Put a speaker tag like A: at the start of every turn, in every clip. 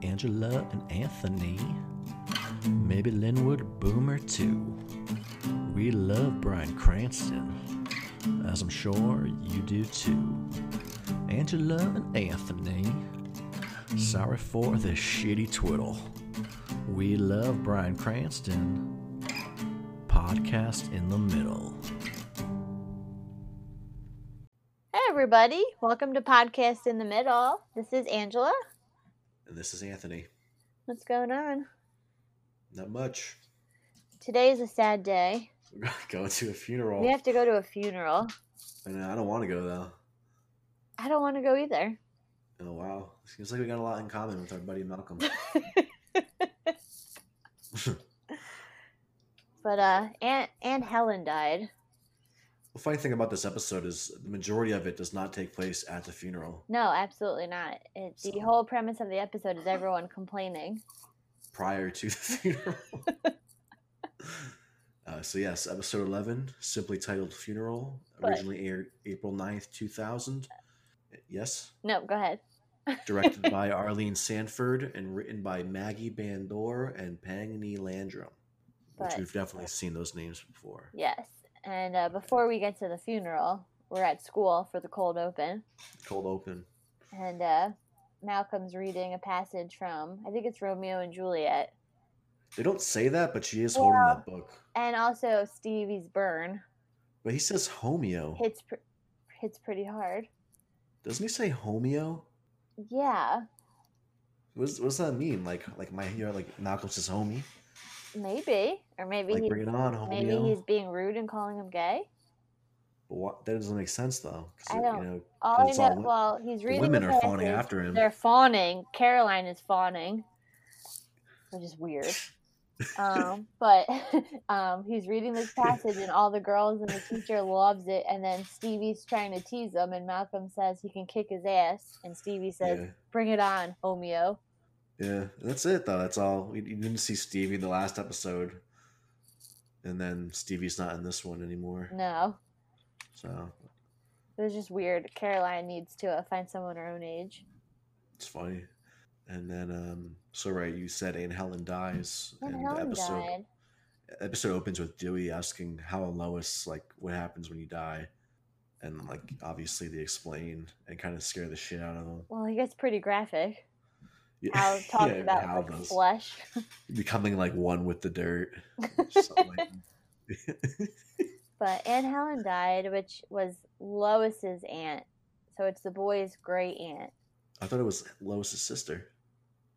A: Angela and Anthony. Maybe Linwood Boomer too. We love Brian Cranston, as I'm sure you do too. Angela and Anthony, sorry for the shitty twiddle. We love Brian Cranston. Podcast in the middle.
B: Hey everybody, welcome to Podcast in the Middle. This is Angela.
A: And this is Anthony.
B: What's going on?
A: Not much.
B: Today is a sad day.
A: We're going to a funeral.
B: We have to go to a funeral.
A: And I don't want to go though.
B: I don't want to go either.
A: Oh wow. Seems like we got a lot in common with our buddy Malcolm.
B: But uh Aunt Aunt Helen died.
A: The funny thing about this episode is the majority of it does not take place at the funeral.
B: No, absolutely not. It, the
A: So-
B: whole premise of the episode is everyone complaining.
A: prior to the funeral. uh, so yes, episode eleven, simply titled "Funeral,"
B: But-
A: originally aired April 9th, two thousand. Yes,
B: No, go ahead.
A: directed by Arlene Sanford and written by Maggie Bandor and Pangani Landrum, which
B: But-
A: we've definitely seen those names before.
B: Yes. And uh, before we get to the funeral, we're at school for the cold open.
A: Cold open.
B: And uh, Malcolm's reading a passage from, I think it's Romeo and Juliet.
A: They don't say that, but she is holding
B: Yeah.
A: that book.
B: And also Stevie's burn
A: But he says homeo.
B: hits pr- hits pretty hard.
A: Doesn't he say homeo?
B: Yeah,
A: What does, what does that mean? Like like my you know, like Malcolm says homie.
B: maybe, or maybe
A: Like
B: he's,
A: bring it on, homeo.
B: maybe he's being rude and calling him gay.
A: But what, that doesn't make sense though. 'cause
B: I
A: it-
B: don't-
A: You know,
B: All I
A: It's all
B: know,
A: wo-
B: well, he's
A: the
B: reading.
A: women
B: the
A: are fawning
B: passage.
A: after him.
B: They're fawning. Caroline is fawning, which is weird. Um, but um, he's reading this passage, and all the girls and the teacher loves it. And then Stevie's trying to tease him, and Malcolm says he can kick his ass, and Stevie says,
A: yeah,
B: "Bring it on, Homeo."
A: yeah. And That's it though. That's all. We you didn't see Stevie in the last episode, and then Stevie's not in this one anymore.
B: No,
A: So
B: It was just weird. Caroline needs to uh, find someone her own age.
A: it's funny. And then, um, so right, you said Anne Helen dies,
B: And
A: and
B: Helen
A: the episode
B: died.
A: episode opens with Dewey asking how and Lois like what happens when you die, and like obviously they explain and kind of scare the shit out of them.
B: Well, he gets pretty graphic.
A: Yeah,
B: How talking
A: yeah,
B: about
A: how
B: like,
A: those-
B: flesh.
A: becoming like one with the dirt. Something like
B: But Aunt Helen died, which was Lois's aunt. So it's the boy's great aunt.
A: I thought it was Lois's sister.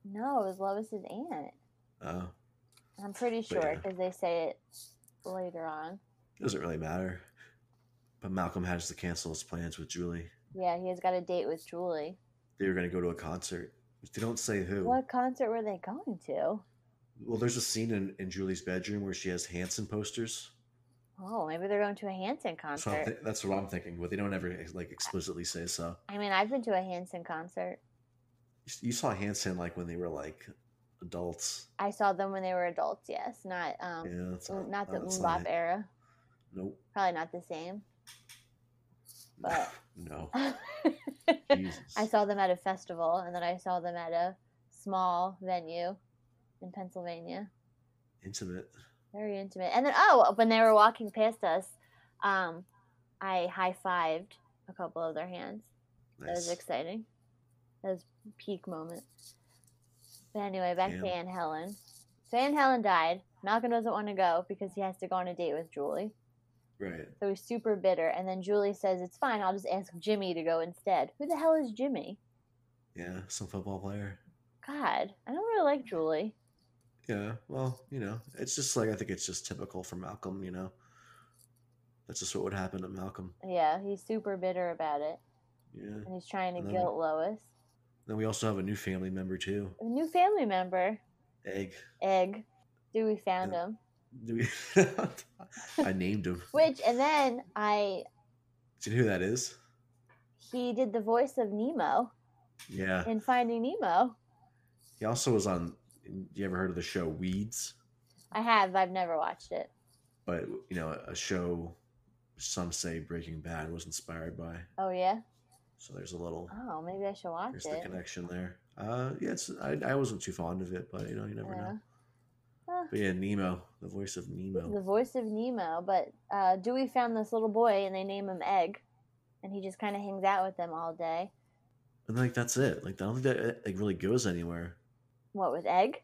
B: No, it was Lois's aunt.
A: Oh,
B: I'm pretty
A: But,
B: sure
A: yeah.
B: because they say it later on.
A: doesn't really matter. But Malcolm has to cancel his plans with Julie.
B: Yeah, he has got a date with Julie.
A: They were going to go to a concert. But They don't say who.
B: What concert were they going to?
A: Well, there's a scene in, in Julie's bedroom where she has Hanson posters.
B: Oh, maybe they're going to a Hanson
A: So I'm
B: concert.
A: thi- that's what I'm thinking. But they don't ever like explicitly say so.
B: I mean, I've been to a Hanson concert.
A: You s- You saw Hanson like when they were like adults.
B: I saw them when they were adults. Yes, not um,
A: Yeah, that's
B: Mm, not the
A: no, that's
B: Umbop
A: not it.
B: era.
A: Nope.
B: Probably not the same. But
A: no.
B: I
A: Jesus.
B: saw them at a festival, and then I saw them at a small venue in Pennsylvania.
A: Intimate.
B: Very intimate. And then oh, when they were walking past us, um, I high fived a couple of their hands. That was
A: Nice.
B: exciting. That was peak moment. But anyway, back
A: Damn.
B: to Anne Helen. So Anne Helen died. Malcolm doesn't want to go because he has to go on a date with Julie.
A: right.
B: So he's super bitter. And then Julie says, It's fine. I'll just ask Jimmy to go instead. Who the hell is Jimmy?
A: Yeah. Some football player.
B: God, I don't really like Julie.
A: Yeah, well, you know, it's just like I think it's just typical for Malcolm, you know. That's just what would happen to Malcolm.
B: Yeah, he's super bitter about it.
A: Yeah.
B: And he's trying to
A: Another-
B: guilt Lois.
A: Then we also have a new family member too.
B: A new family member,
A: Egg.
B: Egg. Dewey found
A: Yeah.
B: him.
A: Do we I named him.
B: Which, and then I,
A: Do you know who that is?
B: he did the voice of Nemo
A: Yeah.
B: in Finding Nemo.
A: He also was on you ever heard of the show Weeds?
B: I have, I've never watched it.
A: But you know, a show some say Breaking Bad was inspired by.
B: Oh, yeah?
A: So there's a little
B: Oh, maybe I should watch
A: there's the
B: it.
A: connection there. Uh, yeah, it's I, I wasn't too fond of it, but you know you never know.
B: Yeah. Ah.
A: But yeah, Nemo, the voice of
B: the
A: Nemo.
B: voice of Nemo, but uh, Dewey found this little boy and they name him Egg, and he just kind of hangs out with them all day.
A: And like that's it. Like I don't think that like really goes anywhere.
B: What with Egg?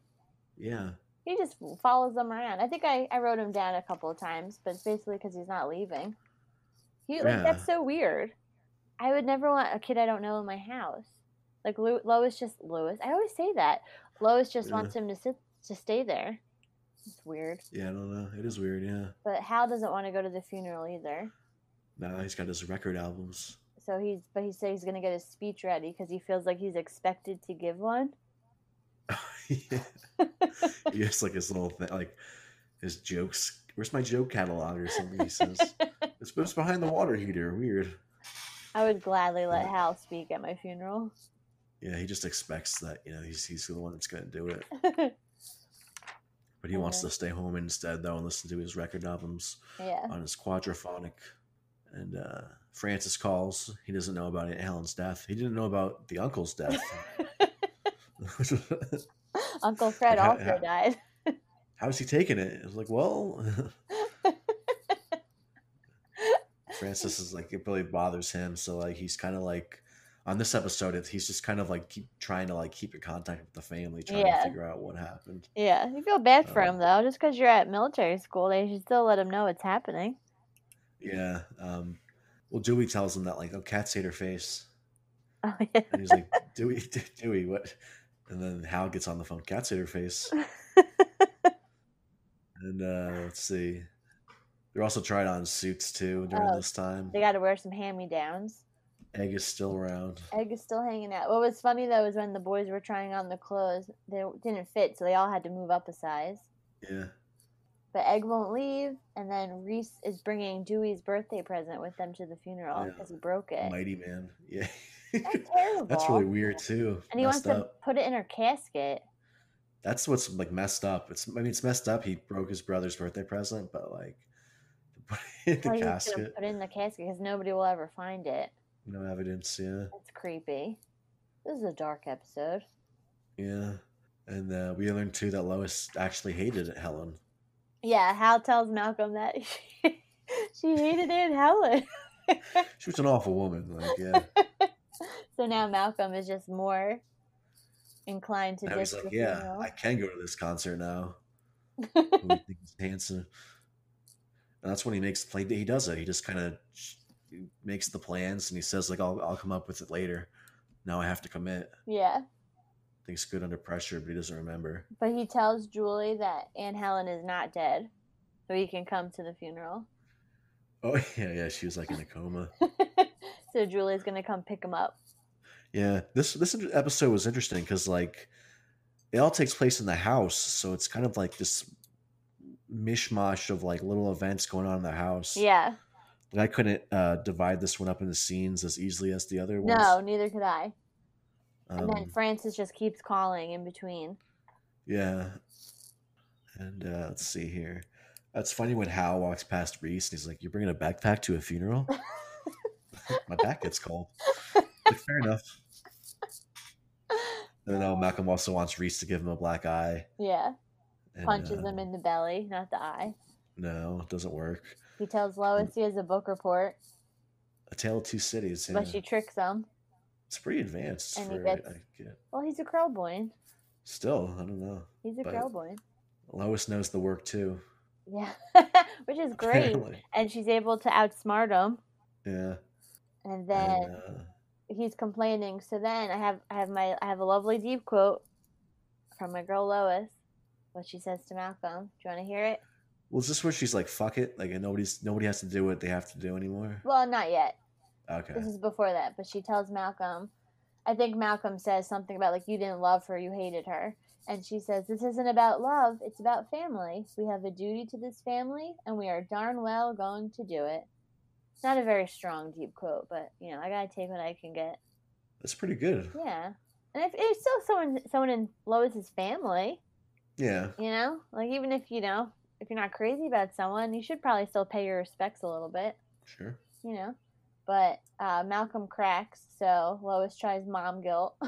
A: Yeah.
B: He just follows them around. I think I, I wrote him down a couple of times, but it's basically because he's not leaving. He like
A: Yeah.
B: that's so weird. I would never want a kid I don't know in my house. Like Lo- Lois just Lois. I always say that Lois just
A: Yeah.
B: wants him to sit to stay there. It's weird,
A: Yeah, I don't know. It is weird, yeah.
B: but Hal doesn't want to go to the funeral either.
A: Now he's got his record albums.
B: So he's, but he said he's gonna get his speech ready because he feels like he's expected to give one.
A: yeah. He has like his little thing, like his jokes. Where's my joke catalog or something? He says it's, it's behind the water heater. Weird.
B: I would gladly let
A: Yeah.
B: Hal speak at my funeral.
A: Yeah, he just expects that you know he's he's the one that's gonna do it,
B: yeah,
A: but he wants
B: Okay.
A: to stay home instead though and listen to his record albums on his quadraphonic. And uh, Francis calls. He doesn't know about Aunt Helen's death. He didn't know about the uncle's death.
B: Uncle Fred
A: Like, how-
B: also
A: how-
B: died.
A: How's he taking it? It's like, well, Francis is like it really bothers him. So like he's kind of like on this episode, it's, he's just kind of like keep trying to like keep in contact with the family, trying
B: Yeah.
A: to figure out what happened.
B: Yeah, you feel bad for him
A: Um,
B: though. Just because you're at military school, they should still let him know it's happening.
A: Yeah. Um, well, Dewey tells him that like, oh, cats hate her face,
B: Oh yeah.
A: and he's like, Dewey, Dewey, what? And then Hal gets on the phone. Cats hate her face. And uh, let's see, they're also trying on suits too during
B: Oh,
A: this time.
B: They got to wear some hand-me-downs.
A: Egg is still around.
B: Egg is still hanging out. What was funny though is when the boys were trying on the clothes, they didn't fit, so they all had to move up a size.
A: Yeah.
B: But Egg won't leave, and then Reese is bringing Dewey's birthday present with them to the funeral
A: Yeah.
B: because he broke it.
A: Mighty Man. Yeah.
B: That's terrible.
A: That's really weird too.
B: And he wants
A: messed
B: to
A: up.
B: put it in her casket.
A: That's what's like messed up. It's I mean it's messed up. He broke his brother's birthday present, but like to
B: Like,
A: put it in the
B: he's gonna
A: casket,
B: put it in the casket because nobody will ever find it.
A: no evidence. Yeah,
B: That's creepy. This is a dark episode.
A: yeah. And uh, we learned too that Lois actually hated Helen.
B: Yeah, Hal tells Malcolm that she, hated Aunt Helen.
A: She was an awful woman. Like yeah,
B: So now Malcolm is just more inclined to
A: and I was
B: just
A: like yeah, I can go to this concert now. Who we think is handsome. And that's when he makes play. He does it. He just kind of makes the plans and he says like I'll I'll come up with it later. Now I have to commit.
B: yeah,
A: thinks good under pressure, but he doesn't remember.
B: but he tells Julie that Aunt Helen is not dead, so he can come to the funeral.
A: Oh yeah, yeah, she was like in a coma.
B: so Julie's gonna come pick him up.
A: Yeah, this this episode was interesting because like it all takes place in the house, so it's kind of like this mishmash of like little events going on in the house.
B: Yeah.
A: and I couldn't uh, divide this one up into scenes as easily as the other ones.
B: No, neither could I. And then
A: Um,
B: Francis just keeps calling in between.
A: yeah, and uh, let's see here. That's funny when Hal walks past Reese and he's like, "You're bringing a backpack to a funeral." My back gets cold. Like, fair enough. And then uh, Malcolm also wants Reese to give him a black eye.
B: Yeah.
A: And,
B: Punches
A: uh,
B: him in the belly, not the eye.
A: No, it doesn't work.
B: He tells Lois he has a book report,
A: A Tale of Two Cities. Yeah.
B: but she tricks him.
A: It's pretty advanced.
B: And he
A: for,
B: gets-
A: I get-
B: Well, he's a Krellboy.
A: Still, I don't know.
B: He's a
A: But-
B: Krellboy.
A: Lois knows the work too.
B: Yeah. Which is great.
A: apparently.
B: And she's able to outsmart him.
A: Yeah.
B: And then
A: And, uh,
B: he's complaining. So then I have I have my I have a lovely deep quote from my girl Lois, what she says to Malcolm. Do you want to hear it?
A: well, is this where she's like, "Fuck it," like, and nobody's nobody has to do what they have to do anymore?
B: Well, not yet.
A: Okay.
B: This is before that, but she tells Malcolm. I think Malcolm says something about like you didn't love her, you hated her. And she says, This isn't about love, it's about family. We have a duty to this family and we are darn well going to do it. It's not a very strong deep quote, but you know, I gotta take what I can get.
A: That's pretty good.
B: Yeah. And if it's still someone someone in Lois's family,
A: Yeah.
B: you know? Like even if you know, if you're not crazy about someone, you should probably still pay your respects a little bit
A: Sure.
B: you know. but uh, Malcolm cracks, so Lois tries mom guilt.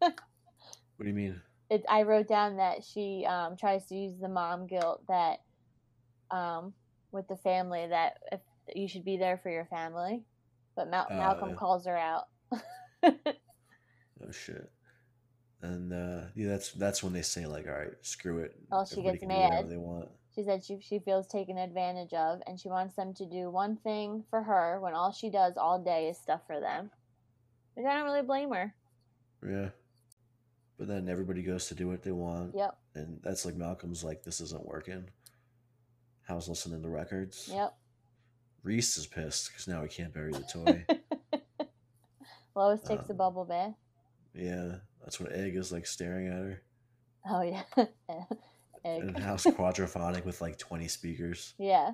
A: What do you mean?
B: it, I wrote down that she um, tries to use the mom guilt that um, with the family that if you should be there for your family, but Mal-
A: Oh,
B: Malcolm
A: yeah.
B: calls her out.
A: Oh shit. And uh, yeah, that's that's when they say like, all right, screw it.
B: Oh, she
A: Everybody
B: gets
A: can do whatever
B: mad.
A: They want.
B: She said she, she feels taken advantage of, and she wants them to do one thing for her when all she does all day is stuff for them. Which I don't really blame her.
A: Yeah. But then everybody goes to do what they want,
B: Yep,
A: and that's like Malcolm's like, this isn't working. How's listening to records?
B: yep.
A: Reese is pissed because now he can't bury the toy.
B: Lois takes a
A: Um,
B: bubble bath.
A: yeah, that's when Egg is like staring at her.
B: Oh yeah, egg.
A: And House quadraphonic with like twenty speakers
B: Yeah,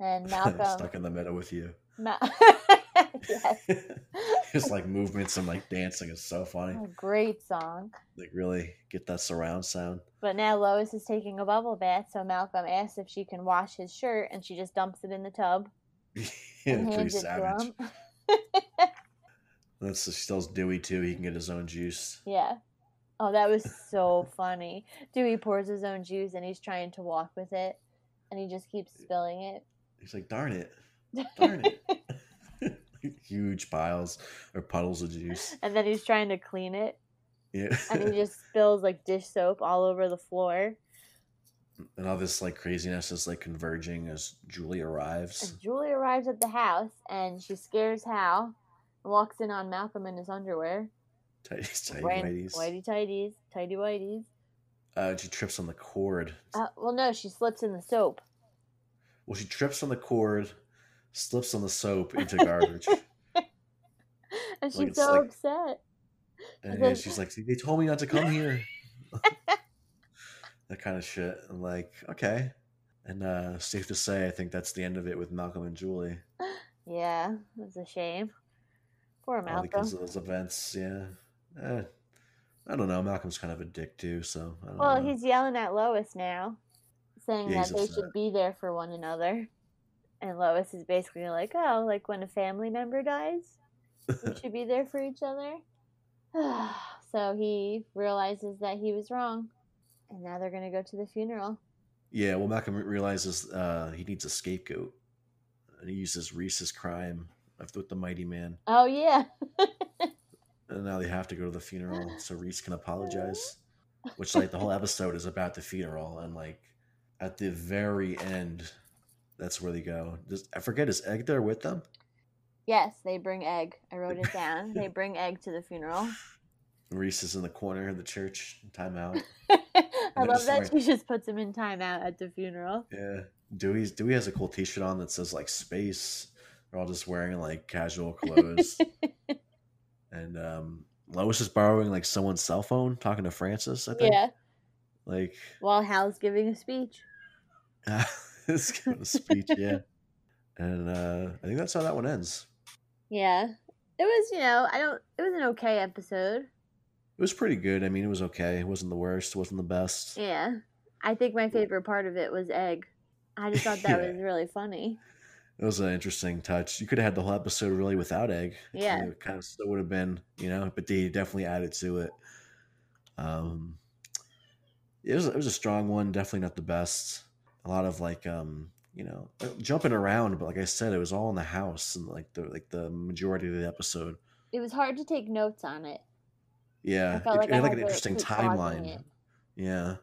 B: and Malcolm.
A: stuck in the middle with you.
B: Ma- yes,
A: Just like movements and like dancing is so funny.
B: a great song.
A: Like really get that surround sound.
B: But now Lois is taking a bubble bath, so Malcolm asks if she can wash his shirt, and she just dumps it in the tub
A: yeah,
B: and
A: pretty
B: hands it
A: savage.
B: to him.
A: That's she tells Dewey too. He can get his own juice.
B: Yeah. Oh, that was so funny. Dewey pours his own juice and he's trying to walk with it, and he just keeps spilling it.
A: He's like, darn it, darn it. Huge piles or puddles of juice.
B: And then he's trying to clean it,
A: Yeah,
B: and he just spills like dish soap all over the floor.
A: and all this like craziness is like converging as Julie arrives.
B: And Julie arrives at the house, and she scares Hal, and walks in on Malcolm in his underwear,
A: Tidy, tidy
B: Ran-
A: whities.
B: whitey tidies, tidy whities.
A: Uh, she trips on the cord.
B: Uh, well, no, she slips in the soap.
A: Well, she trips on the cord, slips on the soap into garbage,
B: And she's
A: Like, it's
B: so
A: like-
B: upset.
A: and then she's like, "They told me not to come here." that kind of shit. I'm like, okay. And uh, safe to say, I think that's the end of it with Malcolm and Julie.
B: Yeah, that's a shame. Poor
A: All
B: Malcolm.
A: uh, because of those events, yeah. Eh, I don't know. Malcolm's kind of a dick too, so I don't
B: Well,
A: know.
B: he's yelling at Lois now, saying
A: Uh, Yeah,
B: that
A: he's
B: they
A: upset.
B: should be there for one another. And Lois is basically like, oh, like when a family member dies, we should be there for each other. so he realizes that he was wrong. And now they're going to go to the funeral.
A: yeah. Well, Malcolm re- realizes uh, he needs a scapegoat, and he uses Reese's crime of- with the Mighty Man,
B: Oh, yeah.
A: and now they have to go to the funeral so Reese can apologize. Which, like, the whole episode is about the funeral, and like at the very end, that's where they go. Does, I forget is Egg there with them?
B: Yes, they bring egg. I wrote it down. they bring egg to the funeral.
A: Reese is in the corner of the church, timeout.
B: I
A: And
B: love
A: it's
B: that
A: like-
B: she just puts him in timeout at the funeral.
A: Yeah. Dewey's Dewey has a cool t shirt on that says like space. They're all just wearing like casual clothes. and um Lois is borrowing like someone's cell phone, talking to Francis, I think.
B: Yeah,
A: Like
B: while Hal's giving a speech.
A: it's kind of speech, yeah. And uh I think that's how that one ends.
B: Yeah. It was, you know, I don't it was an okay episode.
A: It was pretty good. I mean it was okay. It wasn't the worst, it wasn't the best.
B: Yeah. I think my favorite part of it was egg. I just thought that
A: Yeah.
B: was really funny.
A: It was an interesting touch. You could have had the whole episode really without egg. It
B: Yeah.
A: kinda- It kind of still would have been, you know, but they definitely added to it. Um, it was it was a strong one. Definitely not the best. A lot of like, um, you know, uh, jumping around. But like I said, it was all in the house and like the like the majority of the episode.
B: It was hard to take notes on it.
A: Yeah,
B: I felt
A: it,
B: like
A: it
B: I
A: had like
B: had
A: an
B: to
A: interesting
B: keep pausing
A: timeline.
B: it.
A: Yeah,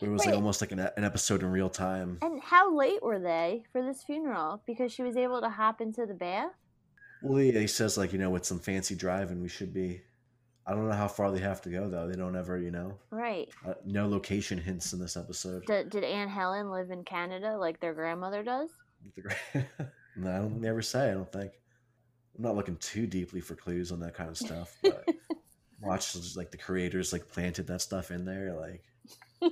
A: where it was like
B: Right.
A: almost like an, an episode in real time.
B: And how late were they for this funeral? Because she was able to hop into the bath.
A: Well, yeah, he says like you know with some fancy driving we should be. I don't know how far they have to go though. They don't ever you know.
B: Right.
A: Uh, no location hints in this episode.
B: Did, did Aunt Helen live in Canada like their grandmother does?
A: no, I don't never say. I don't think. I'm not looking too deeply for clues on that kind of stuff. But watch just, like the creators like planted that stuff in there. Like,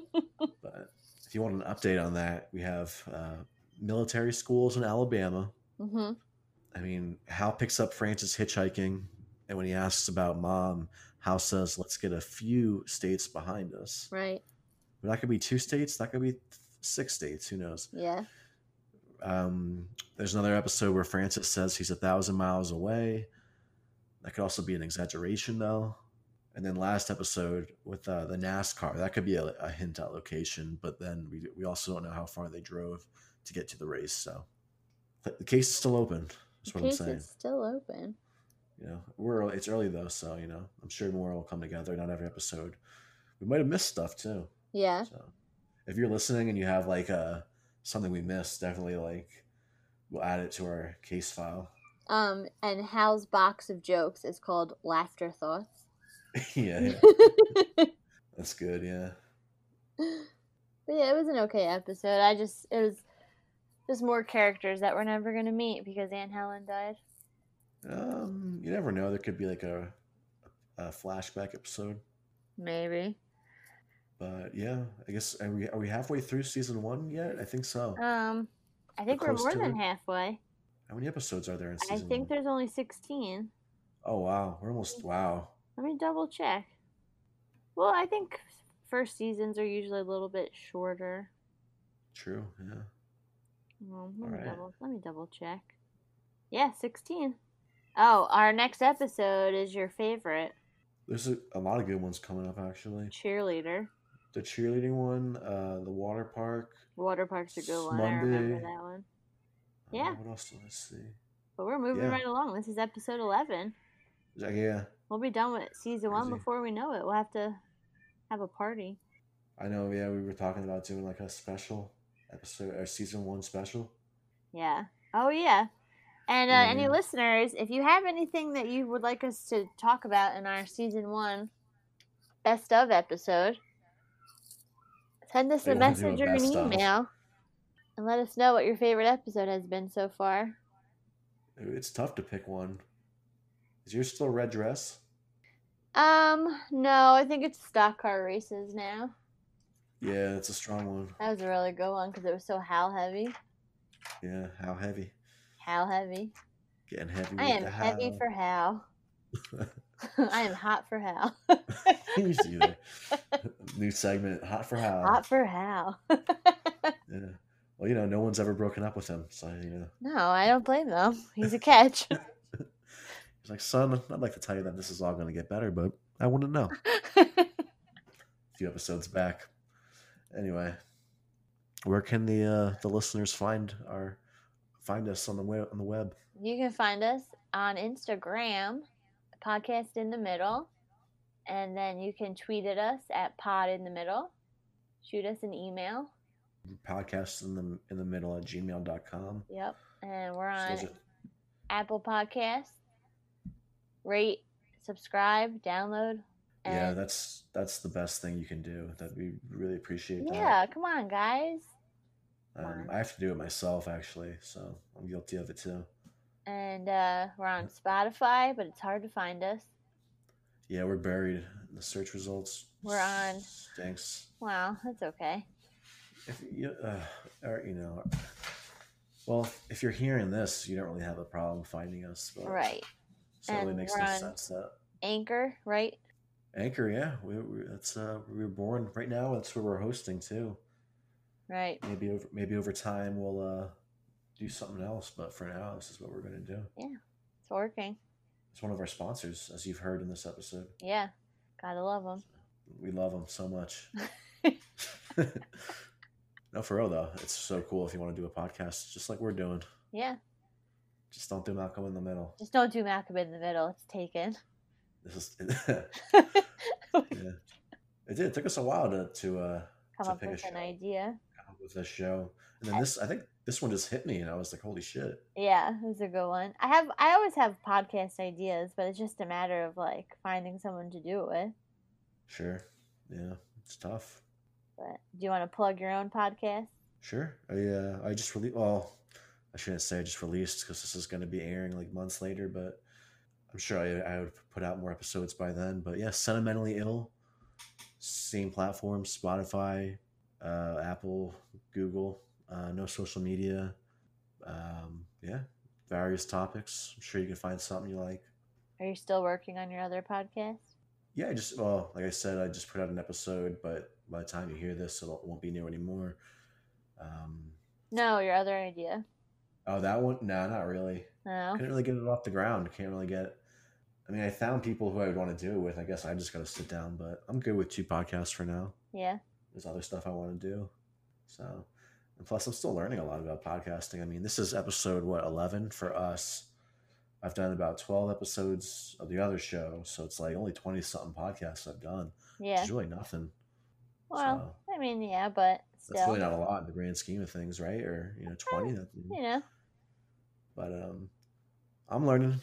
A: but if you want an update on that, we have uh, military schools in Alabama.
B: Mm-hmm.
A: I mean, Hal picks up Francis hitchhiking, and when he asks about mom, Hal says, "Let's get a few states behind us."
B: Right.
A: That could be two states. That could be six states. Who knows?
B: Yeah.
A: Um, there's another episode where Francis says he's a thousand miles away. That could also be an exaggeration, though. And then last episode with uh, the NASCAR, that could be a, a hint at location, but then we, we also don't know how far they drove to get to the race. So the case is still open.
B: The
A: That's what I'm
B: case
A: saying.
B: is still open.
A: You know, we're early- it's early though, so you know, I'm sure more will come together. Not every episode. We might have missed stuff too.
B: Yeah.
A: So if you're listening and you have like uh something we missed, definitely like we'll add it to our case file.
B: Um, and Hal's box of jokes is called Laughter Thoughts.
A: yeah, yeah,
B: but
A: that's good. Yeah,
B: yeah, it was an okay episode. I just it was just more characters that we're never gonna meet because Anne Helen died.
A: um, you never know. There could be like a a flashback episode.
B: Maybe.
A: But yeah, I guess are we are we halfway through season one yet? I think so.
B: Um, I think we're
A: close
B: more
A: to
B: than
A: it.
B: halfway.
A: How many episodes are there in
B: I
A: season
B: think
A: one?
B: there's only sixteen.
A: Oh wow, we're almost wow.
B: Let me double check. Well, I think first seasons are usually a little bit shorter.
A: True. Yeah.
B: Um, let, me
A: Alright.
B: double, let me double check. Yeah, 16. Oh, our next episode is your favorite
A: There's a, a lot of good ones coming up actually.
B: cheerleader.
A: The cheerleading one, uh, the water park.
B: Water park's a good one. I remember
A: Monday.
B: that one.
A: Uh,
B: Yeah.
A: what else did I see?
B: But we're moving
A: Yeah.
B: right along. This is episode 11.
A: Like, yeah,
B: We'll be done with season one
A: Crazy.
B: before we know it. We'll have to have a party.
A: I know. Yeah, we were talking about doing like a special episode or season one special.
B: Yeah. Oh, yeah. And uh,
A: Yeah,
B: any
A: yeah.
B: listeners, if you have anything that you would like us to talk about in our season one best of episode, send us
A: They
B: a
A: wanna do a
B: message or an
A: best of.
B: email and let us know what your favorite episode has been so far.
A: It's tough to pick one. Is yours still red dress?
B: Um, no, I think it's stock car races now.
A: Yeah, it's a strong one.
B: That was a really good one because it was so Hal heavy.
A: Yeah, how heavy?
B: Hal heavy.
A: Getting heavy.
B: I
A: with
B: am
A: the
B: heavy
A: how.
B: for Hal. I am hot for Hal.
A: You see there. New segment, hot for how?
B: hot for Hal.
A: Yeah. Well, you know, no one's ever broken up with him, so you know.
B: No, I don't blame them. He's a catch.
A: He's like, son, I'd like to tell you that this is all going to get better, but I wouldn't know. A few episodes back. Anyway, where can the uh, the listeners find our find us on the web? On the web,
B: you can find us on Instagram, podcast in the middle, and then you can tweet at us at pod in the middle. Shoot us an email.
A: podcast in the in the middle at gmail.com.
B: Yep, and we're
A: So
B: on
A: those are-
B: Apple Podcasts. Rate, subscribe, download.
A: yeah,
B: And
A: that's that's the best thing you can do. That we really appreciate.
B: yeah, come on, guys.
A: that. Um, I have to do it myself actually, so I'm guilty of it too.
B: And uh, we're on Spotify, but it's hard to find us.
A: Yeah, we're buried in the search results.
B: We're on-
A: Stinks.
B: Wow, that's okay.
A: if you, uh, or, you know, well, if you're hearing this, you don't really have a problem finding us, but
B: Right.
A: certainly
B: And
A: makes
B: we're
A: no
B: on-
A: sense that
B: Anchor, right?
A: Anchor, yeah, we, we that's uh, we were born right now. That's where we're hosting too.
B: Right.
A: Maybe over maybe over time we'll uh, do something else, but for now, this is what we're gonna do.
B: It's working.
A: It's one of our sponsors, as you've heard in this episode.
B: Yeah. Gotta love them.
A: We love them so much. no, for real though, it's so cool if you want to do a podcast just like we're doing.
B: Yeah.
A: Just don't do Malcolm in the middle.
B: Just don't do Malcolm in the middle. It's taken.
A: This is
B: Come
A: Yeah. It did. It took us a while to to uh, It's a
B: up
A: big
B: with an
A: show.
B: idea.
A: come up with this show, and then this. I think this one just hit me, and I was like, "Holy shit!"
B: Yeah, it was a good one. I have I always have podcast ideas, but it's just a matter of like finding someone to do it with.
A: Sure. Yeah, it's tough.
B: But do you want to plug your own podcast?
A: Sure. I uh, I just released. Well, I shouldn't say I just released because this is going to be airing like months later, but I'm sure I, I would put out more episodes by then. But yeah, sentimentally ill. Same platform: Spotify, uh, Apple, Google. Uh, no social media. Um, yeah, various topics. I'm sure you can find something you like.
B: Are you still working on your other podcast?
A: Yeah, I just well, like I said, I just put out an episode, but by the time you hear this, it'll- it won't be new anymore. Um,
B: No, your other idea. Oh,
A: Oh, that one? No, not really.
B: No.
A: Couldn't really get it off the ground. Can't really get. I mean, I found people who I would want to do it with. I guess I just got to sit down, but I'm good with two podcasts for now.
B: Yeah.
A: There's other stuff I want to do. So, and plus, I'm still learning a lot about podcasting. I mean, this is episode, what, 11 for us? I've done about 12 episodes of the other show. So it's like only 20 something podcasts I've done.
B: Yeah.
A: It's really nothing.
B: Well, I mean, yeah, but
A: So that's
B: still, Eh,
A: really not a lot in the grand scheme of things, right? Or, you know, 20. Nothing.
B: you know,
A: But um, I'm learning.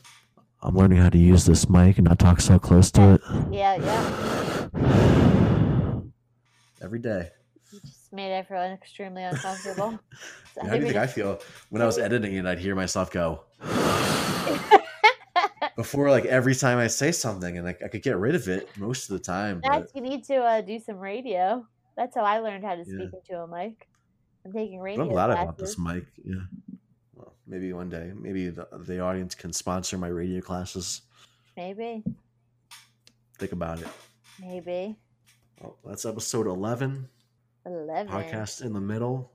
A: I'm learning how to use this mic and not talk so close to it.
B: yeah, yeah.
A: Every day.
B: You just made everyone extremely uncomfortable. So
A: How do you
B: we're
A: think I feel when I was editing it? I'd hear myself go before, like every time I say something, and like I could get rid of it most of the time. But
B: Max, you need to uh, do some radio. That's how I learned how to
A: Yeah.
B: speak into a mic. I'm taking
A: but
B: radio
A: I'm glad I
B: classes.
A: bought this mic. Yeah. Well, maybe one day, maybe the, the audience can sponsor my radio classes.
B: Maybe,
A: Think about it.
B: maybe
A: Well, Oh, that's episode 11.
B: eleven.
A: Podcast in the middle.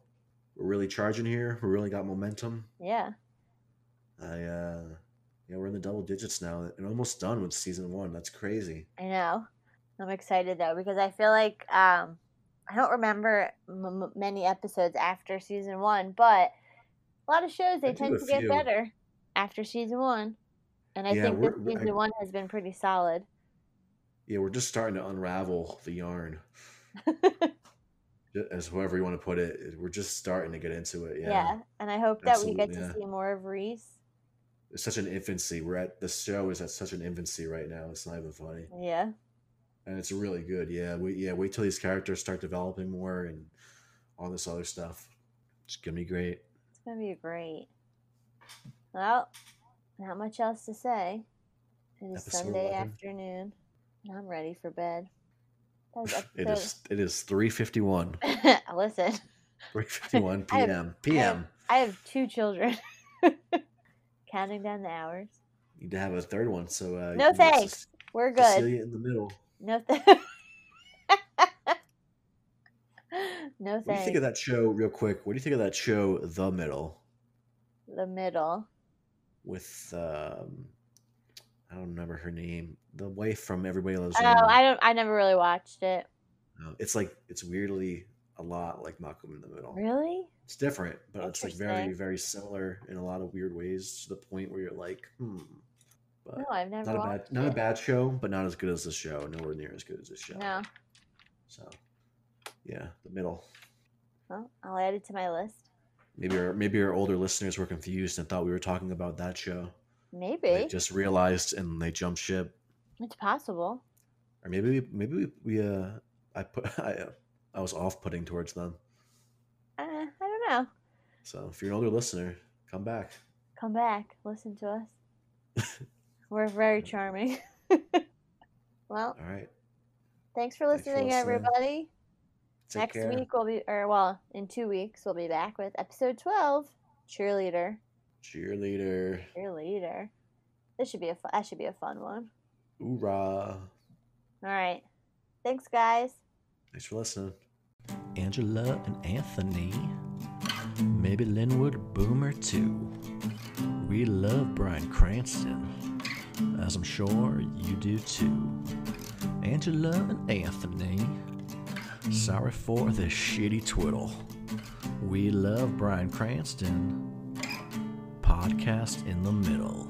A: We're really charging here. We really got momentum.
B: Yeah,
A: I uh yeah, we're in the double digits now and almost done with season one. That's crazy.
B: I know. I'm excited though because I feel like um, I don't remember m- m- many episodes after season one, but a lot of shows
A: I
B: they
A: do
B: tend
A: a
B: to get
A: few.
B: better after season one, and I
A: Yeah,
B: think this
A: we're- we're- I-
B: season one has been pretty solid.
A: Yeah, we're just starting to unravel the yarn, as however you want to put it. We're just starting to get into it.
B: Yeah.
A: Yeah.
B: and I hope that we get
A: absolutely,
B: to
A: yeah.
B: see more of Reese.
A: It's such an infancy. We're at the show is at such an infancy right now. It's not even funny.
B: Yeah,
A: And it's really good. Yeah. We, yeah, wait till these characters start developing more and all this other stuff. It's gonna be great.
B: it's gonna be great. Well, not much else to say. It is
A: Episode
B: Sunday
A: 11.
B: afternoon, and I'm ready for bed. That was
A: It
B: episode.
A: is it is three fifty one.
B: Listen,
A: Three fifty one
B: I have-
A: PM. PM.
B: I have two children. Counting down the hours.
A: You need to have a third one. So
B: No
A: uh you can get
B: thanks.
A: Ce-
B: We're good.
A: Cecilia in the middle.
B: No, th- no
A: What do you think
B: thanks.
A: of that show, real quick? What do you think of that show, The Middle,
B: The middle.
A: with um, I don't remember her name, the wife from Everybody Loves
B: Oh,
A: Raymond.
B: I don't. I never really watched it.
A: Uh, It's like it's weirdly a lot like Malcolm in the Middle.
B: Really?
A: It's different, but it's like very,
B: Interesting.
A: very similar in a lot of weird ways to the point where you're like, hmm. But
B: No, I've never
A: not a
B: watched
A: bad, not a
B: it.
A: bad show, but not as good as this show. Nowhere near as good as this show.
B: No.
A: So, yeah, The Middle.
B: Well, I'll add it to my list.
A: Maybe our maybe our older listeners were confused and thought we were talking about that show.
B: Maybe
A: They just realized and they jumped ship,
B: it's possible.
A: or maybe we- maybe we, we uh I put I uh, I was off putting towards them.
B: Uh, I don't know.
A: So if you're an older listener, come back.
B: Come back. Listen to us. We're very charming. well,
A: All right,
B: thanks for
A: Thanks for
B: listening,
A: listening.
B: everybody.
A: take
B: Next
A: care.
B: week we'll be, or well, in two weeks we'll be back with episode twelve, cheerleader.
A: Cheerleader,
B: Cheerleader. This should be a fu- that should be a fun one.
A: hoorah!
B: All right, thanks guys.
A: Thanks for listening.
C: Angela and Anthony, maybe Linwood Boomer too. We love Brian Cranston, as I'm sure you do too. Angela and Anthony, sorry for the shitty twiddle. We love Brian Cranston, podcast in the middle.